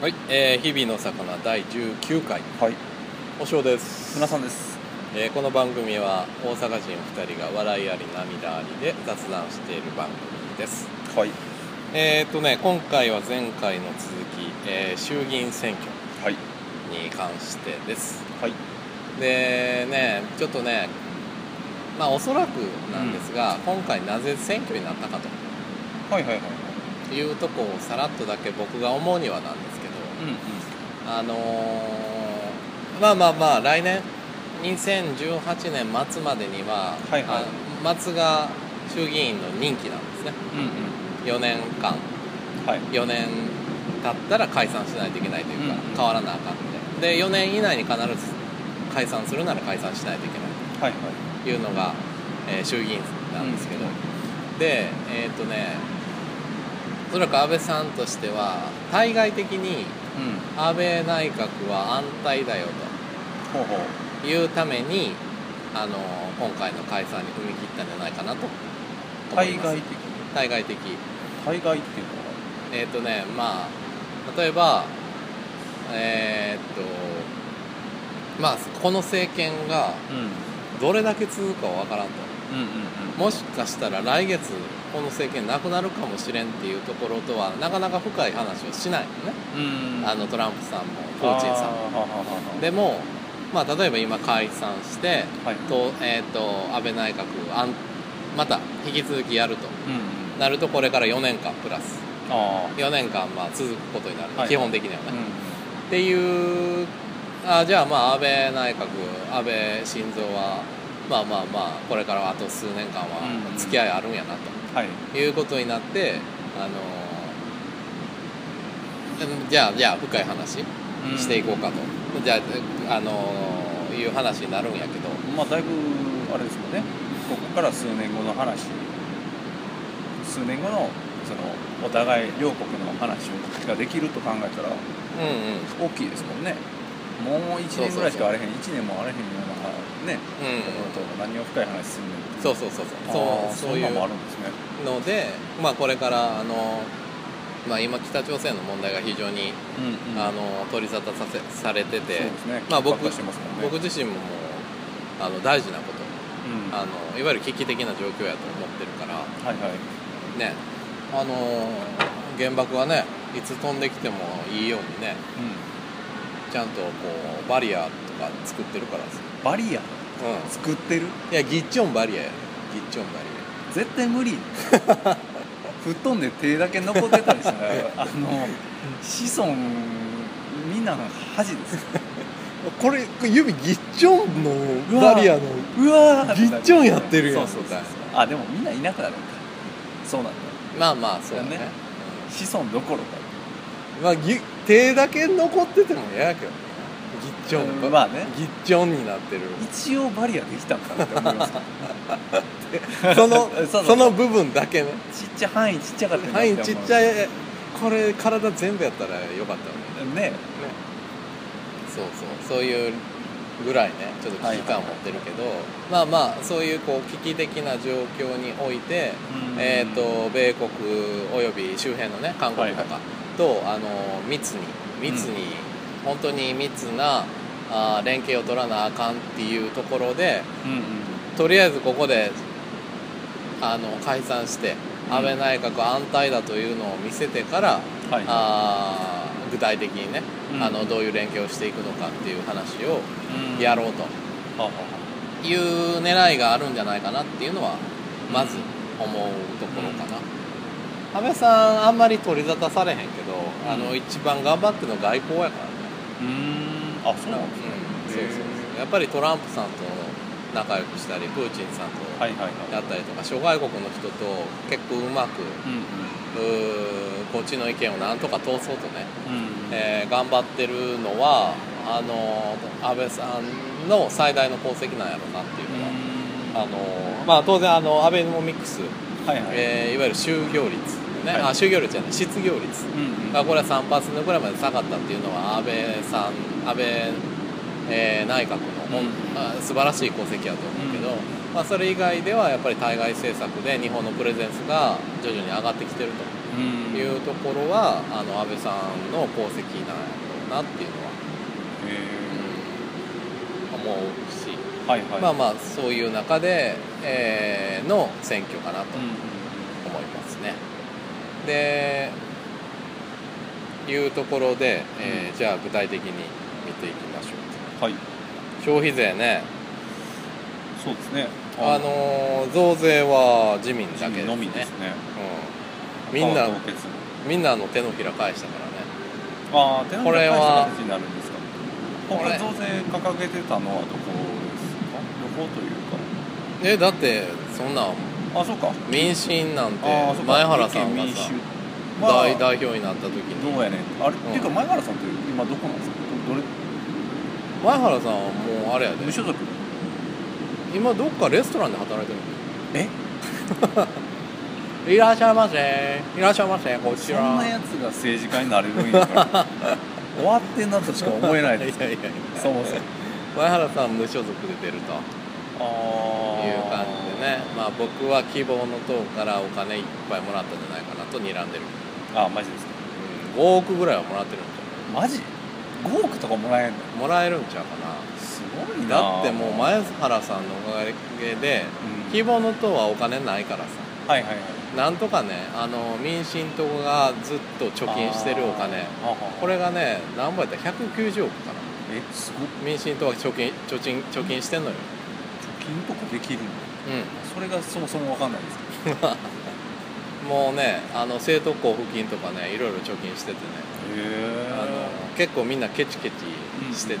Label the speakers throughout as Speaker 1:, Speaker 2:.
Speaker 1: はい、えー日々の魚第19回
Speaker 2: はい、
Speaker 1: おしょうです
Speaker 2: 皆さんです。
Speaker 1: えーこの番組は大阪人2人が笑いあり涙ありで雑談している番組です
Speaker 2: はい、
Speaker 1: えーっとね今回は前回の続き、えー衆議院選挙
Speaker 2: はい、
Speaker 1: に関してです
Speaker 2: はい、
Speaker 1: でねちょっとねまあおそらくなんですが、今回なぜ選挙になったか
Speaker 2: はい、はい、はい。
Speaker 1: というとこをさらっとだけ僕が思うにはなんですけど、
Speaker 2: うん、うん、
Speaker 1: あのーまあまあまあ来年2018年末までには、
Speaker 2: はいはい
Speaker 1: あ松が衆議院の任期なんですね
Speaker 2: うん、
Speaker 1: 4年間
Speaker 2: うん、はい、
Speaker 1: 4年経ったら解散しないといけないというか、
Speaker 2: うん
Speaker 1: 変わらなあかんのでで4年以内に必ず解散するなら解散しないといけない
Speaker 2: はい、はい、
Speaker 1: というのが、えー衆議院なんですけど、でえっ、とねおそらく安倍さんとしては対外的に
Speaker 2: うん、
Speaker 1: 安倍内閣は安泰だよ
Speaker 2: ほうほう、
Speaker 1: というためにあの今回の解散に踏み切ったんじゃないかなと思い
Speaker 2: 対
Speaker 1: ます
Speaker 2: 外的、
Speaker 1: 対外的
Speaker 2: 対外っていうの
Speaker 1: えっ、とねまあ例えばえーっとまあこの政権が
Speaker 2: は。
Speaker 1: どれだけ続くかわからんと
Speaker 2: うん、うん、うん、
Speaker 1: もしかしたら来月この政権なくなるかもしれんっていうところとはなかなか深い話をしないよね、
Speaker 2: うん、うん、
Speaker 1: あのトランプさんもプーチンさんも
Speaker 2: ん、はははは
Speaker 1: でも、まあ、例えば今解散して、
Speaker 2: はい、
Speaker 1: とえー、と安倍内閣あんまた引き続きやると
Speaker 2: うん、うん、
Speaker 1: なるとこれから4年間プラス
Speaker 2: ああ、
Speaker 1: 4年間まあ続くことになる、
Speaker 2: はい
Speaker 1: 基本的にはね、
Speaker 2: うん、
Speaker 1: っていうあじゃあまあ安倍内閣安倍晋三はまあまあまあこれからあと数年間
Speaker 2: う
Speaker 1: は
Speaker 2: ん
Speaker 1: 付き合いあるんやな
Speaker 2: はい、
Speaker 1: ということになってあのーじゃあじゃあ深い話
Speaker 2: うん
Speaker 1: していこうかと、じゃあ、あのーいう話になるんやけど
Speaker 2: まあ、だいぶあれですよね。ここから数年後の話。数年後の、その、お互い両国の話ができると考えたら。
Speaker 1: うんうんうん
Speaker 2: 大きいですもんねもう1年ぐらいしかあれへん1年もあれへんようなねと何を深い話すんねん
Speaker 1: そうそうそう
Speaker 2: あー
Speaker 1: そうそうそうんい
Speaker 2: な
Speaker 1: うん
Speaker 2: もあるんですね
Speaker 1: ので、まあ、これからあのー、まあ、今北朝鮮の問題が非常に、
Speaker 2: うん
Speaker 1: あのー取り沙汰させされて
Speaker 2: そう
Speaker 1: て、
Speaker 2: ですね
Speaker 1: まあ僕
Speaker 2: 緊迫化してますもんね
Speaker 1: 僕自身ももうあの大事なこと
Speaker 2: うん
Speaker 1: あのいわゆる危機的な状況やと思ってるから
Speaker 2: はいはい
Speaker 1: ねあのー原爆はねいつ飛んできてもいいようにね
Speaker 2: うん
Speaker 1: ちゃんとこうバリアとか作ってるからです
Speaker 2: バリア
Speaker 1: う
Speaker 2: 作ってる
Speaker 1: んいやギッチョンバリアやねギッチョンバリ
Speaker 2: 絶対無理布団で手だけ残ってた りしたらあの子孫みんな恥ですよ
Speaker 1: アこれ指ギッチョンの
Speaker 2: バリア
Speaker 1: の
Speaker 2: うわー
Speaker 1: ぎっちょんやってるやん
Speaker 2: そうそうそうそうあでもみんないなくなるんだそうなんだ
Speaker 1: まあまあそうだね
Speaker 2: だね子孫どころか
Speaker 1: うんまあぎ手だけ残ってても嫌やけどねギッチョン、
Speaker 2: うんまあね
Speaker 1: ギッチョンにな ってる
Speaker 2: 一応バリアできたんかなって思いますけど
Speaker 1: その
Speaker 2: そう
Speaker 1: そ
Speaker 2: そう
Speaker 1: の部分だ けね
Speaker 2: ちっちゃい範囲ちっちゃかったな
Speaker 1: 範囲ちっちゃ
Speaker 2: い
Speaker 1: いこれ体全部やったらよかったのにね
Speaker 2: ね
Speaker 1: そうそうそういうぐらいねちょっと危機感を持ってるけど、まあまあそういうこう危機的な状況において、えー、と米国および周辺のね韓国とかと、あの密に密に、本当に密なあー連携を取らなあかんっていうところで
Speaker 2: うんうん
Speaker 1: とりあえずここであの解散して
Speaker 2: うん
Speaker 1: 安倍内閣安泰だというのを見せてから、
Speaker 2: はい
Speaker 1: あー具体的にね、
Speaker 2: うん
Speaker 1: あのどういう連携をしていくのかっていう話を
Speaker 2: うん
Speaker 1: やろう
Speaker 2: ははは
Speaker 1: という狙いがあるんじゃないかなっていうのはまず思うところかな、安倍さんあんまり取り沙汰されへんけど、あの
Speaker 2: うん
Speaker 1: 一番頑張っての外交やからね、
Speaker 2: うーんあそう
Speaker 1: う
Speaker 2: なん
Speaker 1: ん
Speaker 2: で
Speaker 1: そ
Speaker 2: すね
Speaker 1: うそうそうやっぱりトランプさんと仲良くしたりプーチンさんと
Speaker 2: はいはいはい
Speaker 1: やったりとか諸外国の人と結構うまく
Speaker 2: うんうん
Speaker 1: うーこっちの意見をなんとか通そうとね
Speaker 2: うん
Speaker 1: えー頑張ってるのはあのー安倍さんの最大の功績なんやろうなっていう
Speaker 2: う
Speaker 1: のは、あの
Speaker 2: ん
Speaker 1: ーまあ、当然あのアベノミクス、
Speaker 2: はいはい
Speaker 1: えーいわゆる就業率、ね
Speaker 2: はい
Speaker 1: あ就業率じゃない失業率
Speaker 2: うんうん
Speaker 1: がこれは3%ぐらいまで下がったっていうのは安倍さん安倍、えー内閣の、
Speaker 2: うん
Speaker 1: あ素晴らしい功績やと思うけど、
Speaker 2: うん
Speaker 1: まあ、それ以外ではやっぱり対外政策で日本のプレゼンスが徐々に上がってきてると。
Speaker 2: うんうん
Speaker 1: いうところはあの安倍さんの功績なんやろうなっていうのは、うん、思うし、
Speaker 2: はいはい
Speaker 1: まあまあそういう中で、えーの選挙かなと
Speaker 2: うんうん
Speaker 1: 思いますね。でいうところで、えーじゃあ具体的に見ていきましょう
Speaker 2: はい
Speaker 1: 消費税ね
Speaker 2: そうですね
Speaker 1: あのー増税は自民だけですね
Speaker 2: のみですね
Speaker 1: うん、みんな
Speaker 2: 川凍結
Speaker 1: みんなの手のひら返したからね
Speaker 2: ああ手のひら返し
Speaker 1: これは
Speaker 2: た形になるんですか
Speaker 1: こ
Speaker 2: こ
Speaker 1: れ
Speaker 2: れ増税掲げてたのはどこですかどこという
Speaker 1: えだってそんなん
Speaker 2: かあそうか
Speaker 1: 民進なんて
Speaker 2: ああそうか
Speaker 1: 前原さんが
Speaker 2: 立
Speaker 1: さ
Speaker 2: 憲民主は
Speaker 1: 大代表になった時に
Speaker 2: どうやねんあれ、
Speaker 1: ん
Speaker 2: っていうか前原さんって今どこなんですかどれ
Speaker 1: 前原さんはもうあれやで
Speaker 2: 無所属
Speaker 1: 今どっかレストランで働いてる
Speaker 2: え
Speaker 1: のいらっしゃいませいらっしゃいませこち
Speaker 2: そ
Speaker 1: ら
Speaker 2: んなやつが政治家になれる んやから終わってんなとしか思えない
Speaker 1: いや
Speaker 2: です
Speaker 1: いやいや
Speaker 2: そもそも
Speaker 1: 前原さん無所属で出ると
Speaker 2: あ
Speaker 1: い
Speaker 2: あ
Speaker 1: う感じでねまあ僕は希望の党からお金いっぱいもらったんじゃないかなと睨んでる、
Speaker 2: あマジですか
Speaker 1: うん、5億ぐらいはもらってるんじ
Speaker 2: マジ5億とかもらえんの
Speaker 1: ゃんもらえるんちゃうかな
Speaker 2: すごいな
Speaker 1: だってもう前原さんのおかげで
Speaker 2: うん
Speaker 1: 希望の党はお金ないからさ
Speaker 2: はいはいはい
Speaker 1: なんとかねあの民進党がずっと貯金してるお金
Speaker 2: あーはは
Speaker 1: これがね何倍やったら190億かな
Speaker 2: えすごい
Speaker 1: 民進党は貯金貯金貯金してんのよ
Speaker 2: 貯金とかできるの
Speaker 1: う
Speaker 2: それがそもそもわかんないですけど
Speaker 1: んもうねあの政党交付金とかねいろいろ貯金しててね
Speaker 2: へ
Speaker 1: あの結構みんなケチケチしてて、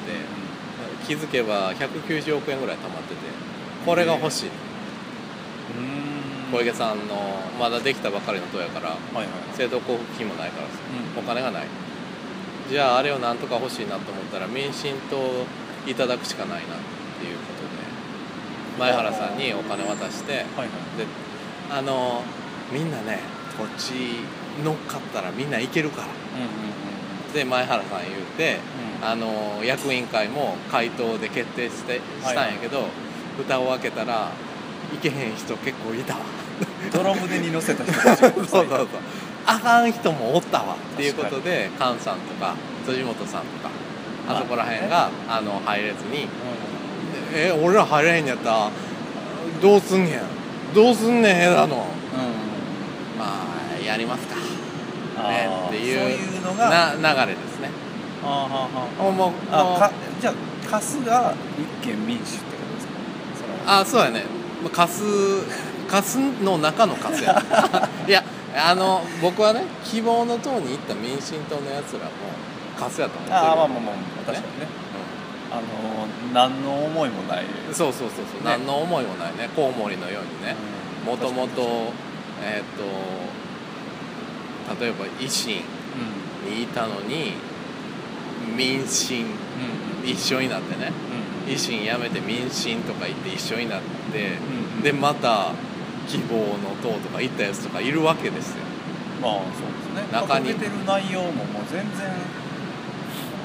Speaker 1: 気づけば190億円ぐらい貯まっててこれが欲しい、
Speaker 2: うんうん
Speaker 1: 小池
Speaker 2: ん
Speaker 1: さんのまだできたばかりの党やから
Speaker 2: はいはい
Speaker 1: 政党交付金もないからさ
Speaker 2: う
Speaker 1: お金がないじゃああれをなんとか欲しいなと思ったら民進党をいただくしかないなっていうことで前原さんにお金渡して
Speaker 2: はいはい
Speaker 1: であのみんなね土地乗っかったらみんな行けるから
Speaker 2: うんうんうん
Speaker 1: で前原さん言うて
Speaker 2: うん
Speaker 1: あの役員会も回答で決定してしたんやけど、蓋を開けたら行けへん人結構いたわ
Speaker 2: 泥船に乗せた人たち
Speaker 1: そ
Speaker 2: が
Speaker 1: うそうそうあかん人もおったわっていうことで菅さんとか辻元さんとかあそこら辺があの入れずに「え俺ら入れへんやったらどうすんねんどうすんねんえだの」
Speaker 2: うんうん
Speaker 1: まあやりますかね
Speaker 2: あ
Speaker 1: っ
Speaker 2: ー
Speaker 1: ていう
Speaker 2: そういうのが
Speaker 1: な流れですね
Speaker 2: あーはーはー
Speaker 1: もうもう
Speaker 2: あかじゃあ貸すが立憲民主ってことですかその
Speaker 1: あそうやねまあ貸す貸すの中の貸すや、ね、いやあの僕はね希望の党に行った民進党のやつらも貸すやと思ってる
Speaker 2: あーまあまあまあ確かにね
Speaker 1: う
Speaker 2: あのー何の思いもない
Speaker 1: んそうそうそうそう、
Speaker 2: ね
Speaker 1: 何の思いもないねコウモリのようにねもともとえっ、と例えば維新
Speaker 2: う
Speaker 1: にいたのに民進
Speaker 2: んうん
Speaker 1: 一緒になってね維新やめて民進とか言って一緒になって、
Speaker 2: うん
Speaker 1: でまた希望の党とか行ったやつとかいるわけですよ
Speaker 2: まあそうですね
Speaker 1: 中に
Speaker 2: 掲げてる内容ももう全然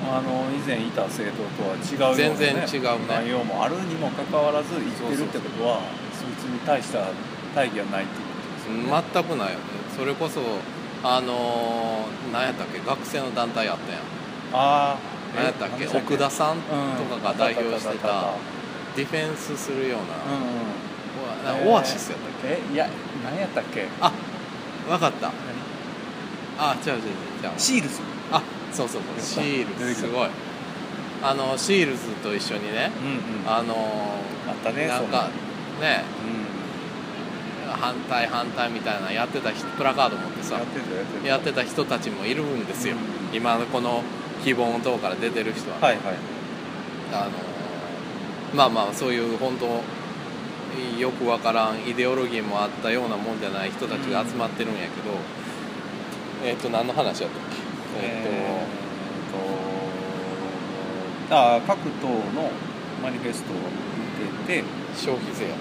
Speaker 2: あの以前いた政党とは違うような、
Speaker 1: 全然違うね
Speaker 2: 内容もあるにもかかわらず言ってるってことはそいつに対した大義はないっていうことですよね、
Speaker 1: 全くないよねそれこそあのー、何やったっけ学生の団体あったやん
Speaker 2: あーえ
Speaker 1: 何やったっけ
Speaker 2: 何で
Speaker 1: 奥田さんと
Speaker 2: うん
Speaker 1: かが代表して
Speaker 2: うん
Speaker 1: たディフェンスするよう
Speaker 2: うん
Speaker 1: な、
Speaker 2: うんえ
Speaker 1: お
Speaker 2: ー
Speaker 1: オアシスやったっけ
Speaker 2: えいや何やったっけ
Speaker 1: あわかったあ違う違う違う違う
Speaker 2: シールズ
Speaker 1: あそうそうそうシールズすごいあのシールズと一緒にね
Speaker 2: うんうんあ
Speaker 1: あの
Speaker 2: った
Speaker 1: ー
Speaker 2: ね
Speaker 1: なんかね
Speaker 2: そんなうん
Speaker 1: 反対反対みたいなやってた人プラカード持ってさ
Speaker 2: やってたやってた
Speaker 1: やってた人たちもいるんですよ、
Speaker 2: うん
Speaker 1: 今のこの希望の党から出てる人は、
Speaker 2: はいはい
Speaker 1: あのーまあまあそういう本当よくわからんイデオロギーもあったようなもんじゃない人たちが集まってるんやけど、えっ、と何の話やったっけ
Speaker 2: え
Speaker 1: え
Speaker 2: ー、とあー各党のマニフェストを見てて
Speaker 1: っ、と消費税やっ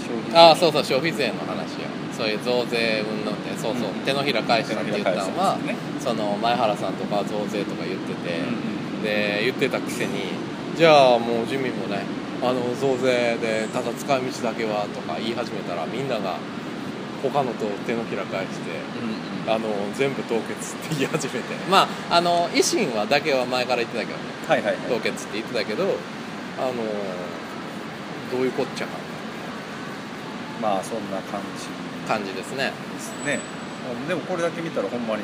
Speaker 2: 消費税
Speaker 1: たああそうそう消費税の話やそういう増税云々ってそうそう、
Speaker 2: うん
Speaker 1: 手のひら返したって言ったのは、
Speaker 2: 手のひら返したんですね
Speaker 1: その前原さんとかは増税とか言ってて、
Speaker 2: うん
Speaker 1: で言ってたくせにじゃあもう自民もねあの増税でただ使い道だけはとか言い始めたらみんなが他のと手のひら返して
Speaker 2: うん
Speaker 1: あの全部凍結って言い始め てまああの維新はだけは前から言ってたけどね
Speaker 2: はいはいはい
Speaker 1: 凍結って言ってたけどあのどういうこっちゃか
Speaker 2: まあそんな感じ
Speaker 1: 感じですね
Speaker 2: ですねでもこれだけ見たらほんまに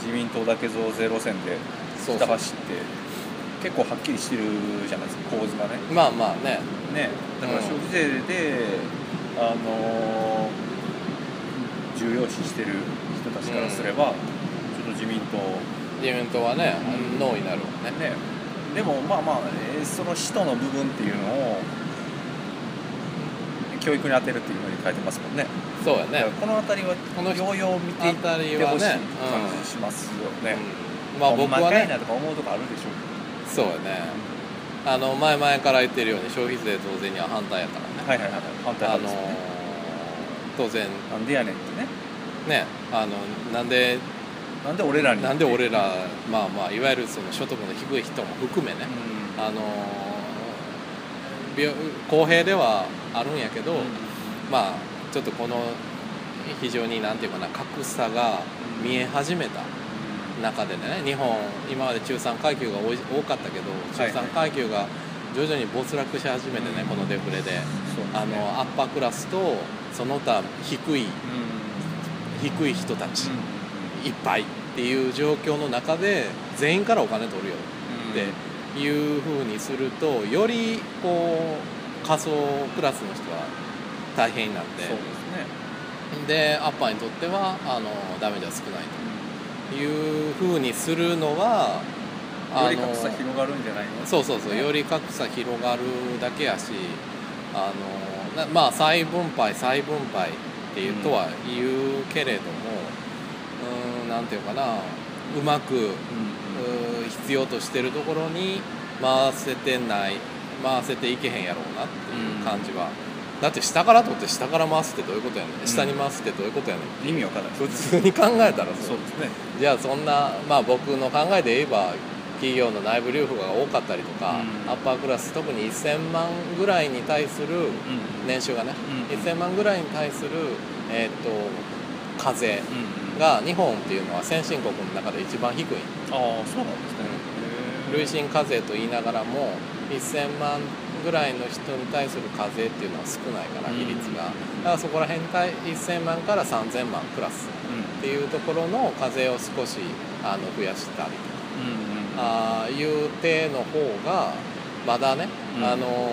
Speaker 2: 自民党だけ増税路線で
Speaker 1: そ
Speaker 2: ひ
Speaker 1: う
Speaker 2: た
Speaker 1: そう
Speaker 2: 走って結構はっきりしてるじゃないですか構図がね
Speaker 1: まあまあね
Speaker 2: ねだから
Speaker 1: うん
Speaker 2: 消費税で、あのー重要視してる人たちからすれば、ちょっと自民党
Speaker 1: 自民党はねノーになるわね
Speaker 2: ねでもまあまあ、えーその使途の部分っていうのを教育に当てるっていうふうに書いてますもんね
Speaker 1: そうや
Speaker 2: だ
Speaker 1: ね
Speaker 2: からこの辺りは
Speaker 1: この
Speaker 2: ようよう見ていっ
Speaker 1: 辺り
Speaker 2: て
Speaker 1: は
Speaker 2: ほ
Speaker 1: ね
Speaker 2: しい感
Speaker 1: うん
Speaker 2: じしますよね、
Speaker 1: うんまあ
Speaker 2: ほん
Speaker 1: 僕
Speaker 2: ま
Speaker 1: は
Speaker 2: かい
Speaker 1: ね
Speaker 2: なとか思うとこあるでしょう
Speaker 1: そうやねあの前々から言ってるように消費税増税には反対やからね
Speaker 2: けどはいはいはい反対
Speaker 1: あ
Speaker 2: 派
Speaker 1: の
Speaker 2: ですよね、
Speaker 1: 当然
Speaker 2: なんでやねんってね
Speaker 1: ねあのなんで
Speaker 2: なんで俺らに
Speaker 1: なんで俺らまあまあいわゆるその所得の低い人も含めね
Speaker 2: うん
Speaker 1: あの病公平ではあるんやけど、まあちょっとこの非常になんていうかな格差が見え始めた中でね日本今まで中産階級が多い多かったけど
Speaker 2: はい
Speaker 1: 中産階級が徐々に没落し始めてね、このデフレで
Speaker 2: そうですね
Speaker 1: あのアッパークラスとその他低い低い人たち、いっぱいっていう状況の中で全員からお金取るよ
Speaker 2: うん
Speaker 1: っていうふうにするとよりこう仮想クラスの人は大変になっ
Speaker 2: そうですね
Speaker 1: てでアッパーにとってはあのダメージは少ないというふうにするのは
Speaker 2: より格差広がるんじゃないの
Speaker 1: そうそうそうより格差広がるだけやしあのなまあ再分配再分配っていうとは言うけれどもうーんなんていうかなうまくう
Speaker 2: うん
Speaker 1: ー必要としてるところに回せてない回せていけへんやろうなっていう感じは、だって下から取って下から回すってどういうことやねん、
Speaker 2: ん
Speaker 1: 下に回すってどういうことやねん
Speaker 2: 意味わかんない
Speaker 1: 普通に考えたら
Speaker 2: そうですね
Speaker 1: じゃあそんな、まあ、僕の考えで言えば企業の内部留保が多かったりとか、
Speaker 2: うん
Speaker 1: アッパークラス特に1000万ぐらいに対する年収がね、
Speaker 2: うん
Speaker 1: 1000万ぐらいに対する、えーっと課税
Speaker 2: うん
Speaker 1: が日本っていうのは先進国の中で一番低い
Speaker 2: ああそうなんですね
Speaker 1: 累進課税と言いながらも1000万ぐらいの人に対する課税っていうのは少ないから
Speaker 2: うん
Speaker 1: 比率が、だからそこら辺に対1000万から3000万クラス
Speaker 2: うん
Speaker 1: っていうところの課税を少しあの増やしたり
Speaker 2: うんうん
Speaker 1: ああいう手の方がまだね、
Speaker 2: うん
Speaker 1: あのー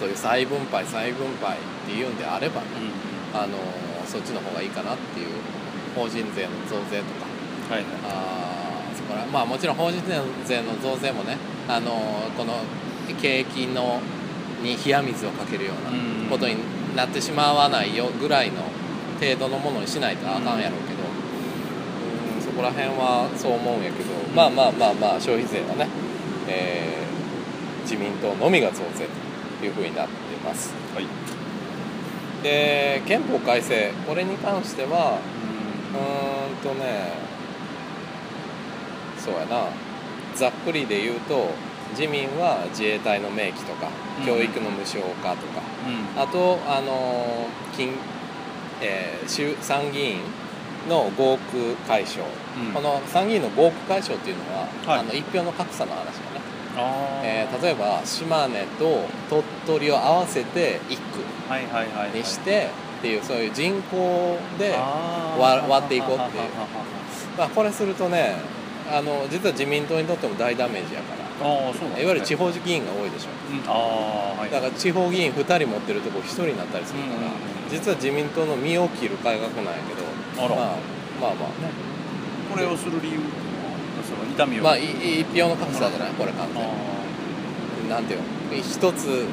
Speaker 1: そういう再分配再分配っていうんであればね、あのーそっちの方がいいかなっていう法人税の増税とか
Speaker 2: はいはい
Speaker 1: あーそこらまあもちろん法人税の増税もね、あのーこの景気のに冷や水をかけるような
Speaker 2: うん
Speaker 1: ことになってしまわないよぐらいの程度のものにしないとあかんやろうけど、うんそこら辺はそう思うんやけどまあまあまあまあ消費税はね、えー自民党のみが増税というふうになってます
Speaker 2: はい
Speaker 1: で憲法改正これに関してはうーんとねそうやなざっくりで言うと自民は自衛隊の明記とか
Speaker 2: うん
Speaker 1: 教育の無償化とか、
Speaker 2: うん
Speaker 1: あとあのー金、えー衆参議院の合区解消、
Speaker 2: うん
Speaker 1: この参議院の合区解消っていうのは、
Speaker 2: はい
Speaker 1: あの一票の格差の話だね、
Speaker 2: ああ
Speaker 1: えー例えば島根と鳥取を合わせて1
Speaker 2: はいはいはい
Speaker 1: 区にしててっていうそういう人口で割割っていこうっていうまあ、これするとねあの実は自民党にとっても大ダメージやから
Speaker 2: ああそうなんですね
Speaker 1: いわゆる地方議員が多いでしょ
Speaker 2: うんああはい
Speaker 1: だから地方議員2人持ってるとこ1人になったりするから、
Speaker 2: うんうんうん
Speaker 1: 実は自民党の身を切る改革なんやけど
Speaker 2: あら
Speaker 1: まあ、まあまあね
Speaker 2: これをする理由っていうのはその痛みを
Speaker 1: まあい一票の格差じゃないこれ完
Speaker 2: あ
Speaker 1: 全になんていうの一つ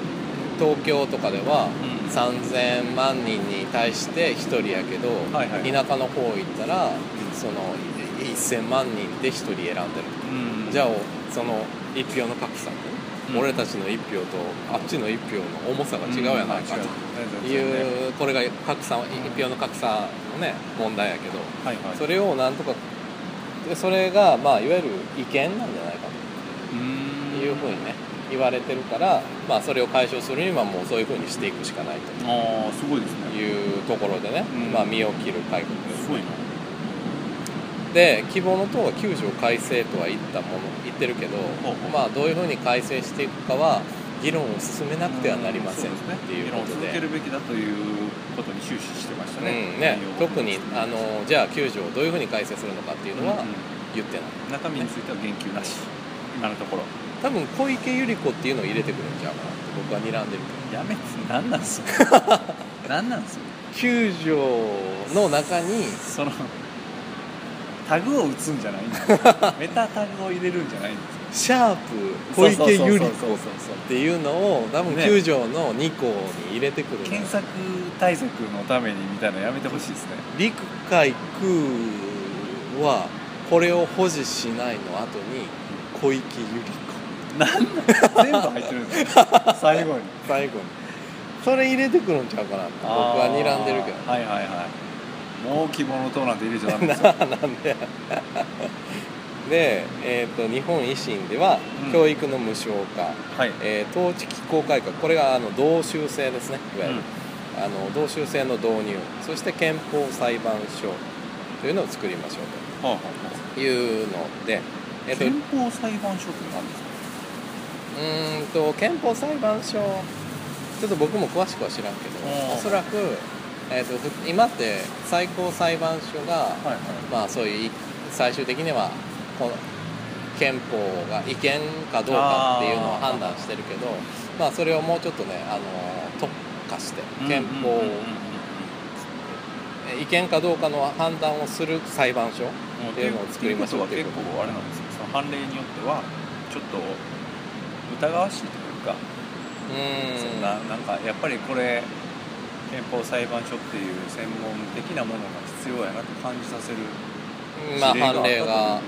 Speaker 1: 東京とかでは
Speaker 2: うん
Speaker 1: 3000万人に対して1人やけど、
Speaker 2: はいはい
Speaker 1: 田舎の方行ったらその1000万人で1人選んでる
Speaker 2: ーうん
Speaker 1: じゃあその一票の格差って、
Speaker 2: うん
Speaker 1: 俺たちの一票とあっちの一票の重さが違うやないかと
Speaker 2: と
Speaker 1: いう、これが格差一票の格差のね問題やけど
Speaker 2: はいはい
Speaker 1: それをなんとかでそれがまあいわゆる違憲なんじゃないか
Speaker 2: う
Speaker 1: と
Speaker 2: ーん
Speaker 1: いうふうにね、言われてるから、まあ、それを解消するにはもうそういうふうにしていくしかないと
Speaker 2: ああすごいですね
Speaker 1: いうところでね、
Speaker 2: うん
Speaker 1: まあ、身を切る改革ですす
Speaker 2: ごいな
Speaker 1: で希望の党は9条改正とは言ったもの言ってるけど
Speaker 2: ほうほう
Speaker 1: まあ、どういうふうに改正していくかは議論を進めなくてはなりません
Speaker 2: う
Speaker 1: っ
Speaker 2: そうですね
Speaker 1: ていうこと
Speaker 2: 議論を続
Speaker 1: で
Speaker 2: け。るべきだということに終始してました
Speaker 1: うん
Speaker 2: ね,、
Speaker 1: ね、特にあ
Speaker 2: っ
Speaker 1: のじゃあ9条をどういうふうに改正するのかっていうのは言ってない、
Speaker 2: 中身については言及なし今のところ
Speaker 1: 多分小池百合子っていうのを入れてくるんちゃうかなって僕は睨んでる
Speaker 2: やめて何なんすよ 何なんすよ
Speaker 1: けど9条の中に
Speaker 2: そのタグを打つんじゃないんで すよメタタグを入れるんじゃないんです
Speaker 1: シ
Speaker 2: よ
Speaker 1: ャープ小池百合
Speaker 2: そうそうそう
Speaker 1: 子
Speaker 2: そうそう
Speaker 1: っていうのを多分
Speaker 2: ね
Speaker 1: 9条の2項に入れてくるの
Speaker 2: 検索対策のためにみたいなのやめてほしいですね
Speaker 1: 陸海空はこれを保持しないの後に小池百合子
Speaker 2: 全部入ってるんですよ最後に
Speaker 1: 最後にそれ入れてくるんちゃうかなって僕は睨んでるけど
Speaker 2: あーはいはいはいもう希望の党なんて入れちゃダ メですよ
Speaker 1: なんでで、えー、と日本維新では、
Speaker 2: うん
Speaker 1: 教育の無償化、
Speaker 2: はい、
Speaker 1: えー統治機構改革これがあの同州制ですねいわゆる、あの同州制の導入そして憲法裁判所というのを作りましょう
Speaker 2: はあは
Speaker 1: というので、
Speaker 2: あ
Speaker 1: えー、と
Speaker 2: 憲法裁判所って何ですか
Speaker 1: うーんと憲法裁判所ちょっと僕も詳しくは知らんけ
Speaker 2: うん
Speaker 1: どおそらく、えー、とふ今って最高裁判所が、
Speaker 2: はいはい
Speaker 1: まあそういうい最終的にはこの憲法が違憲かどうかっていうのを判断してるけどまあそれをもうちょっとねあの特化して憲法
Speaker 2: うん
Speaker 1: を
Speaker 2: うんうんうん
Speaker 1: え違憲かどうかの判断をする裁判所
Speaker 2: うん
Speaker 1: っていうのを作りましょう
Speaker 2: っていうことは結構あれなんですよその判例によってはちょっと疑わしいというか、
Speaker 1: うーん
Speaker 2: そんななんかやっぱりこれ憲法裁判所っていう専門的なものが必要やなと感じさせる
Speaker 1: まあ
Speaker 2: 事例があった
Speaker 1: 判
Speaker 2: とい
Speaker 1: 例
Speaker 2: う
Speaker 1: があっ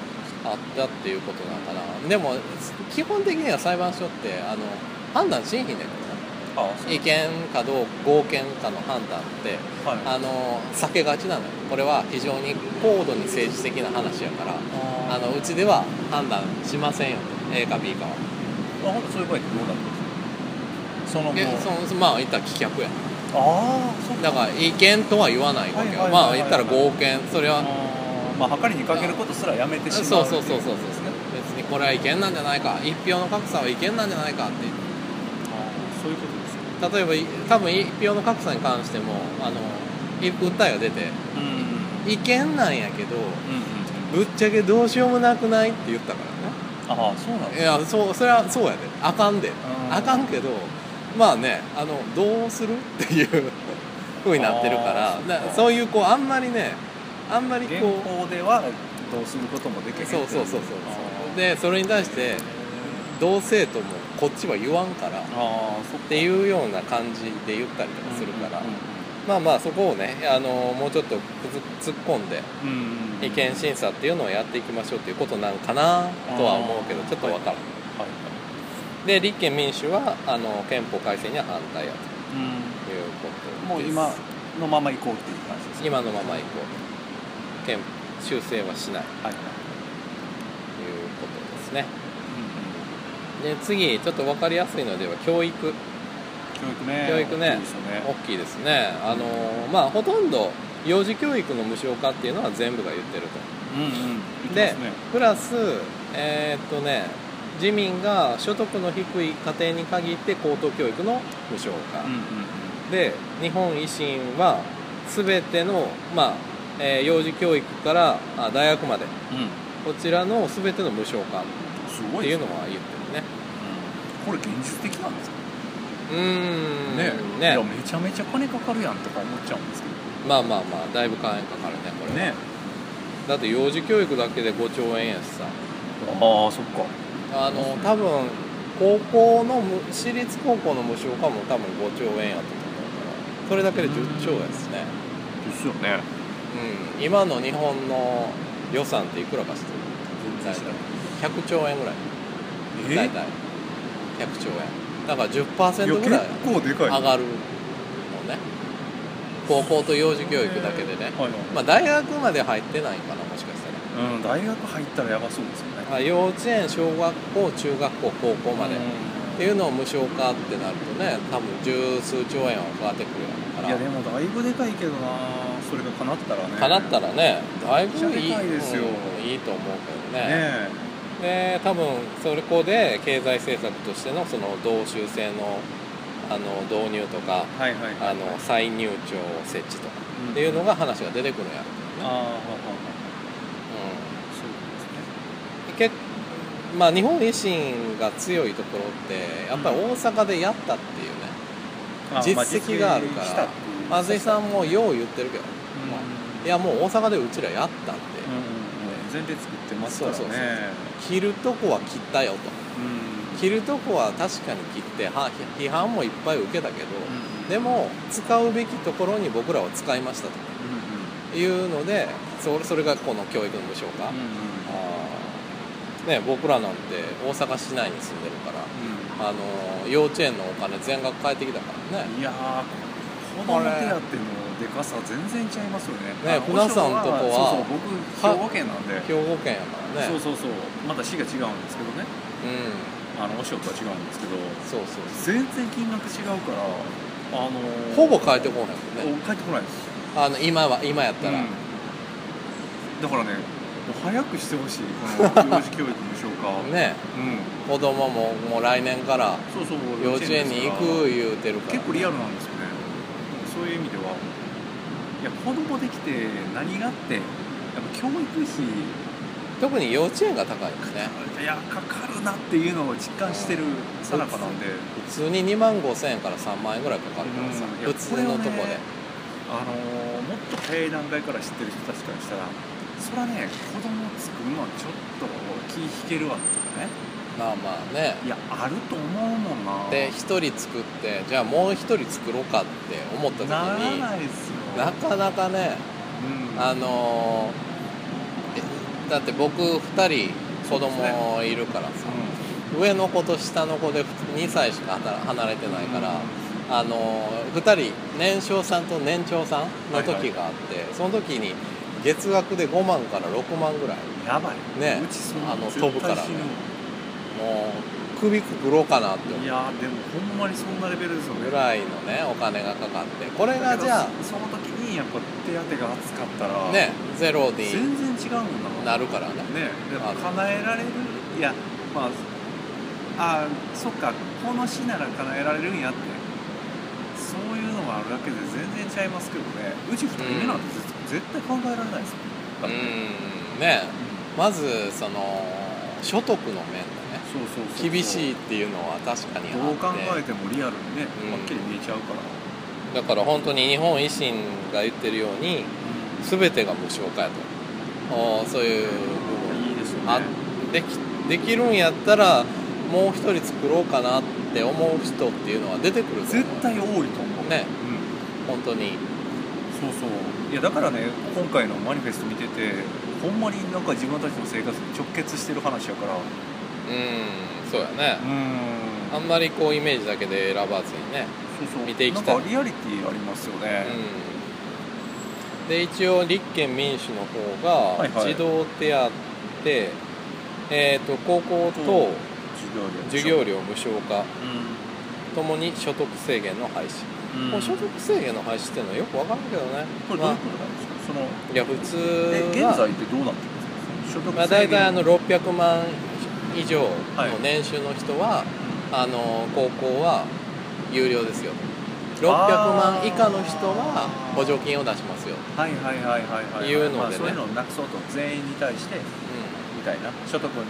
Speaker 1: たっていうことなのかなでも基本的には裁判所ってあの判断しんひんねんから
Speaker 2: ああそ
Speaker 1: な
Speaker 2: う
Speaker 1: 違憲かどう合憲かの判断って
Speaker 2: はい
Speaker 1: あの避けがちなのよこれは非常に高度に政治的な話やからあのうちでは判断しませんよ A か B かは
Speaker 2: あほんとそういう場合ってどうなるんですかそのもう
Speaker 1: でそのまあ言ったら棄却や
Speaker 2: ああそう
Speaker 1: だから違憲とは言わないわけよ
Speaker 2: はいは
Speaker 1: まあ
Speaker 2: いはいはい
Speaker 1: 言ったら合憲それは
Speaker 2: あーまあ測りにかけることすらやめてし
Speaker 1: そう
Speaker 2: まう
Speaker 1: そうそうそう
Speaker 2: って
Speaker 1: そ
Speaker 2: いうことで
Speaker 1: 別
Speaker 2: すね
Speaker 1: にこれは違憲なんじゃないか一票の格差は違憲なんじゃないかって
Speaker 2: あーそういうことですね
Speaker 1: 例えばい多分一票の格差に関してもあのい訴えが出て
Speaker 2: うんうん
Speaker 1: 違憲なんやけど
Speaker 2: うんうん
Speaker 1: ぶっちゃけどうしようもなくないって言ったから
Speaker 2: ああそうなんで
Speaker 1: ねい
Speaker 2: す
Speaker 1: やそうそれはそうやであかんであかんけどまあねあのどうするっていう 風になってるから
Speaker 2: あー
Speaker 1: だからそういうこうあんまりねあんまり
Speaker 2: 現
Speaker 1: こう
Speaker 2: 行ではどうすることもできない
Speaker 1: そうそうそうそう
Speaker 2: あー
Speaker 1: でそれに対して同性ともこっちは言わんからっ
Speaker 2: ああそってう
Speaker 1: いうような感じで言ったりとかするから、まあまあそこをねあのもうちょっと突っ込んで
Speaker 2: うんうんうんうん
Speaker 1: 意見審査っていうのをやっていきましょうっていうことなんかなとは思うけど
Speaker 2: あー
Speaker 1: ちょっとわからん、
Speaker 2: はい
Speaker 1: で立憲民主はあの憲法改正には反対やというこ
Speaker 2: も
Speaker 1: と
Speaker 2: う
Speaker 1: です
Speaker 2: 今のまま行こうっていう感じですね
Speaker 1: 今のままいこう憲修正はしない
Speaker 2: はい
Speaker 1: ということですねで次ちょっと分かりやすいのでは教育
Speaker 2: 教育ね
Speaker 1: 教育ね
Speaker 2: いいですよね
Speaker 1: 大きいですねあのまあほとんど幼児教育の無償化っていうのは全部が言ってると
Speaker 2: うんうん言ってま
Speaker 1: です
Speaker 2: ね
Speaker 1: プラスえーっとね自民が所得の低い家庭に限って高等教育の無償化、
Speaker 2: うんうん
Speaker 1: で日本維新は全ての、まあえー幼児教育からあ大学まで
Speaker 2: うんう
Speaker 1: こ
Speaker 2: ん
Speaker 1: ちらの全ての無償化
Speaker 2: すご
Speaker 1: っ
Speaker 2: い
Speaker 1: て
Speaker 2: で
Speaker 1: い
Speaker 2: す
Speaker 1: うの
Speaker 2: ね
Speaker 1: は言ってるね
Speaker 2: これ現実的なんですか
Speaker 1: うーん
Speaker 2: ねい
Speaker 1: ね
Speaker 2: やめちゃめちゃ金かかるやんとか思っちゃうんですけど
Speaker 1: まあまあまあだいぶ金かかるねこれは
Speaker 2: ね
Speaker 1: だって幼児教育だけで5兆円やしさ
Speaker 2: ああそっか
Speaker 1: あの多分高校の無私立高校の無償化も多分5兆円やったと思うからそれだけで10兆円ですね
Speaker 2: ですよね
Speaker 1: うん、今の日本の予算っていくらかしてる
Speaker 2: 全然知ら
Speaker 1: 100兆円ぐらい
Speaker 2: え
Speaker 1: 大体100兆円だから10%ぐ
Speaker 2: いや
Speaker 1: らい
Speaker 2: 結構でかい
Speaker 1: 上がるのね高校と幼児教育だけでね、
Speaker 2: はいはい
Speaker 1: まあ、大学まで入ってないかなもしかしたら
Speaker 2: うん、大学入ったらやばそうですよね。
Speaker 1: あ幼稚園小学校中学校高校まで
Speaker 2: うん
Speaker 1: っていうのを無償化ってなるとね多分十数兆円はかかってくるやろから
Speaker 2: いやでもだいぶでかいけどなそれが叶ったらね
Speaker 1: かなったらねだいぶいい
Speaker 2: めっちゃでかいですよ
Speaker 1: うんいいと思うけどね
Speaker 2: ね
Speaker 1: で多分それこで経済政策としてのその同州制のあの導入とか
Speaker 2: えはいはいはい
Speaker 1: あの再入庁設置とか
Speaker 2: うん
Speaker 1: っていうのが話が出てくるんやろ
Speaker 2: ああはははそう
Speaker 1: うんけまあ日本維新が強いところってやっぱり大阪でやったっていうね、
Speaker 2: ですねあ
Speaker 1: 実績があるから
Speaker 2: まあ
Speaker 1: 松井さんもよう言ってるけど
Speaker 2: うん
Speaker 1: まいやもう大阪でうちらやったんで、
Speaker 2: うんうん全然作ってますからね
Speaker 1: そうそうそう切るとこは切ったよと
Speaker 2: うん
Speaker 1: 切るとこは確かに切っては批判もいっぱい受けたけど、
Speaker 2: うん
Speaker 1: でも使うべきところに僕らは使いましたと
Speaker 2: うんうん
Speaker 1: いうのでそれそれがこの教育の無償化、
Speaker 2: う
Speaker 1: あーね、僕らなんて大阪市内に住んでるから、あのー幼稚園のお金全額返ってきたからね
Speaker 2: んいやー子供手当のでかさ全然違いますよね
Speaker 1: ね
Speaker 2: あの
Speaker 1: 船さんとこは
Speaker 2: そうそう僕兵庫県なんで、
Speaker 1: 兵庫県やからね
Speaker 2: そうそうそうまだ市が違うんですけどね
Speaker 1: うん、
Speaker 2: あのお仕事は違うんですけど
Speaker 1: そうそう
Speaker 2: 全然金額違うからあのー
Speaker 1: ほぼ返ってこないもんね
Speaker 2: お返ってこないです
Speaker 1: あの今は今やったら、
Speaker 2: うんだからねもう早くしてほしいこ の幼児教育無償化、
Speaker 1: ね
Speaker 2: うん
Speaker 1: 子供ももう来年から
Speaker 2: そうそう
Speaker 1: 幼稚園に行く言うてるから
Speaker 2: 結構リアルなんですよねそういう意味ではいや子供できて何があってやっぱ教育費
Speaker 1: 特に幼稚園が高いですね
Speaker 2: いやかかるなっていうのを実感してるさなかなんで
Speaker 1: 普通に2万5千円から3万円ぐらいかかるからさ、
Speaker 2: うんいや
Speaker 1: 普通のとこ
Speaker 2: これは
Speaker 1: で
Speaker 2: ねあのーもっと早い段階から知ってる人たちからしたらそれはね子供作るのはちょっと気引けるわけだね
Speaker 1: まあまあね
Speaker 2: いやあると思うもんな
Speaker 1: で1人作ってじゃあもう1人作ろうかって思った時
Speaker 2: なら
Speaker 1: に
Speaker 2: ないですよ
Speaker 1: なかなかね
Speaker 2: うん
Speaker 1: あのーえだって僕2人子供いるからさ、上の子と下の子で2歳しか離離れてないから、あの2人年少さんと年長さんの時があって、その時に月額で5万から6万ぐらい
Speaker 2: うんやばい
Speaker 1: ね
Speaker 2: うちそんな
Speaker 1: あの
Speaker 2: 絶
Speaker 1: 飛ぶからね
Speaker 2: 対死ぬわ
Speaker 1: もう首くくろうかなって
Speaker 2: い
Speaker 1: 思う
Speaker 2: やーでもほんまにそんなレベルですよね
Speaker 1: ぐらいのねお金がかかってこれ
Speaker 2: だ
Speaker 1: が
Speaker 2: けど
Speaker 1: じゃ
Speaker 2: その時にやっぱ手当が厚かったら
Speaker 1: あねゼロに
Speaker 2: 全然違うもんな
Speaker 1: なるからね
Speaker 2: ねや
Speaker 1: あ
Speaker 2: っ
Speaker 1: の
Speaker 2: ぱ叶えられるいやまああーそっかこの市なら叶えられるんやってそういうのがあるだけで全然違いますけどねうち2人目なんて絶絶対考えられないですよ、
Speaker 1: うーんねまずその所得の面で
Speaker 2: そうそうそうそう
Speaker 1: ね厳しいっていうのは確かにあって
Speaker 2: どう考えてもリアルにね
Speaker 1: うん
Speaker 2: はっきり見えちゃうから、
Speaker 1: だから本当に日本維新が言ってるように全てが無償化やとおーそういう部分
Speaker 2: いいですよね
Speaker 1: あできできるんやったらもう一人作ろうかなって思う人っていうのは出てくると思う
Speaker 2: 絶対多いと思う
Speaker 1: ね
Speaker 2: うん
Speaker 1: 本当に
Speaker 2: そうそういやだからね今回のマニフェスト見ててほんまになんか自分たちの生活に直結してる話やからう
Speaker 1: うんそうやね
Speaker 2: ー
Speaker 1: あ
Speaker 2: ん
Speaker 1: んまりこうイメージだけで選ばずにね
Speaker 2: そうそう
Speaker 1: 見ていきたい
Speaker 2: なんかリアリティありますよね、
Speaker 1: うんで一応立憲民主の方
Speaker 2: は
Speaker 1: が
Speaker 2: いはい
Speaker 1: 児童手当、えー、と高校
Speaker 2: と
Speaker 1: と
Speaker 2: 授業料
Speaker 1: 授業料無償化
Speaker 2: う
Speaker 1: ともに所得制限の廃止、
Speaker 2: ん、うん、
Speaker 1: もう所得制限の廃止っていうのはよくわかんないけどね
Speaker 2: これどういうことなんですかその
Speaker 1: まあいや普通
Speaker 2: え現在
Speaker 1: は、
Speaker 2: ってどうなってるんですか所得制限、
Speaker 1: まあ、大体あの600万以上
Speaker 2: はい
Speaker 1: の年収の人は、あの高校は有料ですよ600万
Speaker 2: あー
Speaker 1: 以下の人は補助金を出しますよ、
Speaker 2: はいはいはいはいはい
Speaker 1: いうのでね
Speaker 2: まあ、そういうのをなくそうと全員に対して
Speaker 1: う
Speaker 2: みたいな所得に
Speaker 1: ん、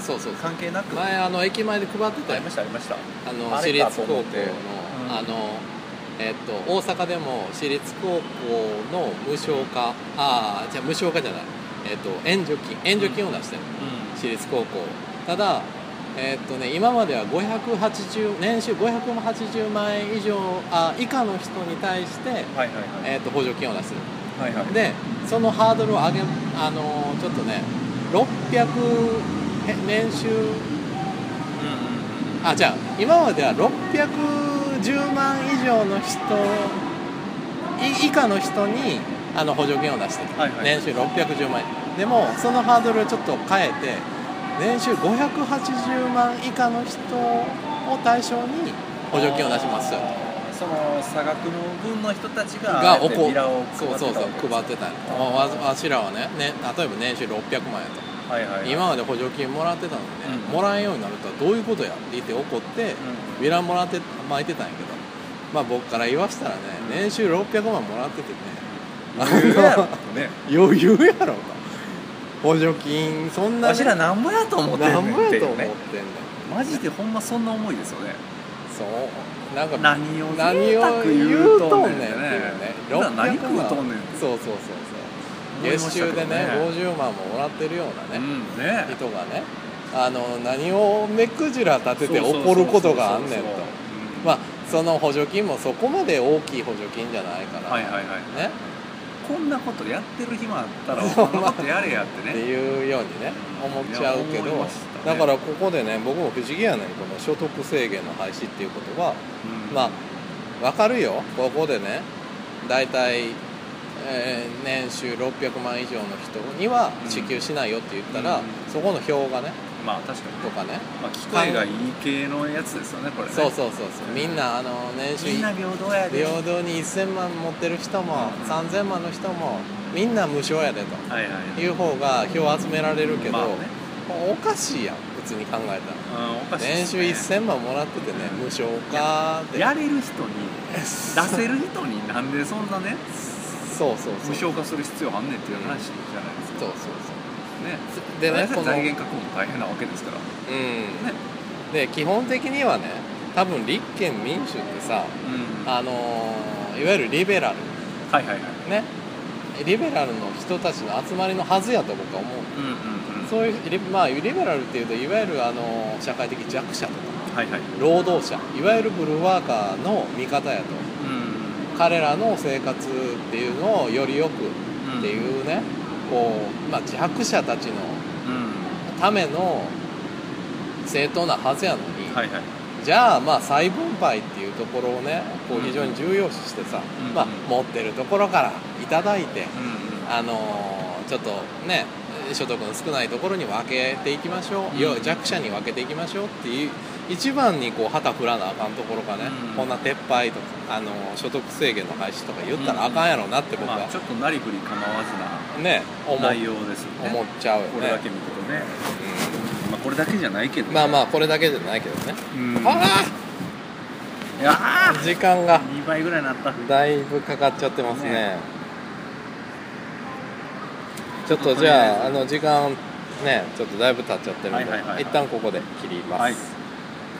Speaker 1: そうそう
Speaker 2: 関係なく
Speaker 1: 前あの駅前で配ってた
Speaker 2: あり
Speaker 1: よ
Speaker 2: ましたありました
Speaker 1: あの
Speaker 2: あ
Speaker 1: 私
Speaker 2: れ
Speaker 1: 立
Speaker 2: か
Speaker 1: 高校の、
Speaker 2: と思ってうん
Speaker 1: あのえっと大阪でも私立高校の無償化ああじゃあ無償化じゃないえっと援助金援助金を出してる、私立高校ただえっとね今までは580年収580万円以上あ以下の人に対して、
Speaker 2: はいはいはい
Speaker 1: えっと補助金を出してる
Speaker 2: はいはい
Speaker 1: でそのハードルを上げあのちょっとね600へ年収
Speaker 2: うんうんうん
Speaker 1: あじゃあ今までは610万以上の人い以下の人にあの補助金を出してた、
Speaker 2: はいはい
Speaker 1: 年収610万円でもそのハードルをちょっと変えて年収580万以下の人を対象に補助金を出しますよ
Speaker 2: その差額の分の人たちが
Speaker 1: が
Speaker 2: あえ
Speaker 1: お
Speaker 2: て
Speaker 1: こ
Speaker 2: ビラを
Speaker 1: そう
Speaker 2: 配っ
Speaker 1: そ
Speaker 2: てた
Speaker 1: うそう
Speaker 2: わけです
Speaker 1: 配ってたんや
Speaker 2: あー
Speaker 1: わわわしらはねね例えば年収600万やと
Speaker 2: はいはいはい
Speaker 1: 今まで補助金もらってたのにね、
Speaker 2: うん
Speaker 1: もらえんようになるとはどういうことやって言って怒って、
Speaker 2: うん
Speaker 1: ビラもらって巻いてたんやけどまあ僕から言わしたらね、
Speaker 2: うん
Speaker 1: 年収600万もらっててね
Speaker 2: 余裕やろね
Speaker 1: 余裕やろと補助金そんな
Speaker 2: わしらなんぼやと思ってんね
Speaker 1: なんんぼ
Speaker 2: って
Speaker 1: や
Speaker 2: い
Speaker 1: と思
Speaker 2: う
Speaker 1: ってんね
Speaker 2: ね
Speaker 1: ん
Speaker 2: マジでほんまそんな思いですよね
Speaker 1: そうなんか
Speaker 2: 何を
Speaker 1: 何
Speaker 2: 贅
Speaker 1: を
Speaker 2: 沢
Speaker 1: 言うとんねんっていうね
Speaker 2: 普段何食うとんねんって
Speaker 1: そうそうそうそう
Speaker 2: 思いま
Speaker 1: 月
Speaker 2: したけ
Speaker 1: 収
Speaker 2: ど
Speaker 1: でね50万ももらってるようなね、
Speaker 2: うんね
Speaker 1: 人がねあの何を目くじら立てて怒ることがあんねんと
Speaker 2: そうそうそうそう
Speaker 1: まあその補助金もそこまで大きい補助金じゃないから、
Speaker 2: はいはいはい
Speaker 1: ね
Speaker 2: こんなことやってる暇あっ たらこんなことやれやって
Speaker 1: って
Speaker 2: ね
Speaker 1: いうようにね思っちゃうけ
Speaker 2: い
Speaker 1: ど、
Speaker 2: や思いました
Speaker 1: だ
Speaker 2: ね
Speaker 1: からここでね僕も不思議やねんこの所得制限の廃止っていうことは
Speaker 2: うん
Speaker 1: まあわかるよここでね大体、えー年収600万以上の人には支給しないよって言ったら、
Speaker 2: うん
Speaker 1: そこの票がね
Speaker 2: まあ確か
Speaker 1: とかね
Speaker 2: に、まあ、機会がいい系のやつですよねこれね
Speaker 1: そうそうそうそうみんなあの年収
Speaker 2: みんな平等やで
Speaker 1: 平等に1000万持ってる人も
Speaker 2: うん
Speaker 1: 3000万の人もみんな無償やでと
Speaker 2: はいはい
Speaker 1: いう方が票集められるけど、
Speaker 2: まあね
Speaker 1: おかしいやん普通に考えたら
Speaker 2: うんおかしい
Speaker 1: 年
Speaker 2: です
Speaker 1: 収
Speaker 2: ね
Speaker 1: 1000万もらっててね無償かーって
Speaker 2: や れる人に
Speaker 1: 出
Speaker 2: 出せる人になんでそんなね
Speaker 1: そうそう
Speaker 2: 無
Speaker 1: そうそう
Speaker 2: 償化する必要あんねんっていう話じゃないですか
Speaker 1: そう
Speaker 2: ね
Speaker 1: そうでね
Speaker 2: だって
Speaker 1: この
Speaker 2: 財源確保も大変なわけですから
Speaker 1: うんで基本的にはね多分立憲民主ってさ
Speaker 2: うん
Speaker 1: あのーいわゆるリベラル
Speaker 2: はいはいはい
Speaker 1: ねリベラルの人たちの集まりのはずやと僕は思う
Speaker 2: うんうんうん
Speaker 1: そういうリ,、まあ、リベラルっていうといわゆるあの社会的弱者とか
Speaker 2: はいはい
Speaker 1: 労働者いわゆるブルーワーカーの味方やと
Speaker 2: うん
Speaker 1: 彼らの生活っていうのをよりよくって
Speaker 2: うん
Speaker 1: いうねこう、まあ、弱者たちの
Speaker 2: うん
Speaker 1: ための正当なはずやのに、
Speaker 2: はいはい
Speaker 1: じゃあまあ再分配っていうところをねこう非常に重要視してさ、
Speaker 2: うん
Speaker 1: まあ
Speaker 2: うん、
Speaker 1: 持ってるところからいただいて、
Speaker 2: うんうん
Speaker 1: あのーちょっとね所得の少ないところに分けていきましょう、
Speaker 2: うん
Speaker 1: よ弱者に分けていきましょうっていう一番にこう旗振らなあかんところがね、
Speaker 2: うん
Speaker 1: こんな撤廃とか、あのー所得制限の廃止とか言ったらあかんやろうなって僕
Speaker 2: ま
Speaker 1: は
Speaker 2: あちょっとなりふり構わず
Speaker 1: ね思
Speaker 2: な内容ですよね
Speaker 1: 思っちゃうよ
Speaker 2: これ
Speaker 1: ね
Speaker 2: だ、け見るとねまあこれだけじゃないけど
Speaker 1: うん
Speaker 2: ね
Speaker 1: まあまあこれだけじゃないけどね、
Speaker 2: うん
Speaker 1: あ
Speaker 2: いやー
Speaker 1: あ時間が
Speaker 2: 2倍ぐらいになった
Speaker 1: だいぶかかっちゃってますね
Speaker 2: ね
Speaker 1: ちょっとじゃああの時間ねちょっとだいぶ経っちゃってるんで、
Speaker 2: はいはいはいはい
Speaker 1: 一旦ここで切ります、
Speaker 2: はい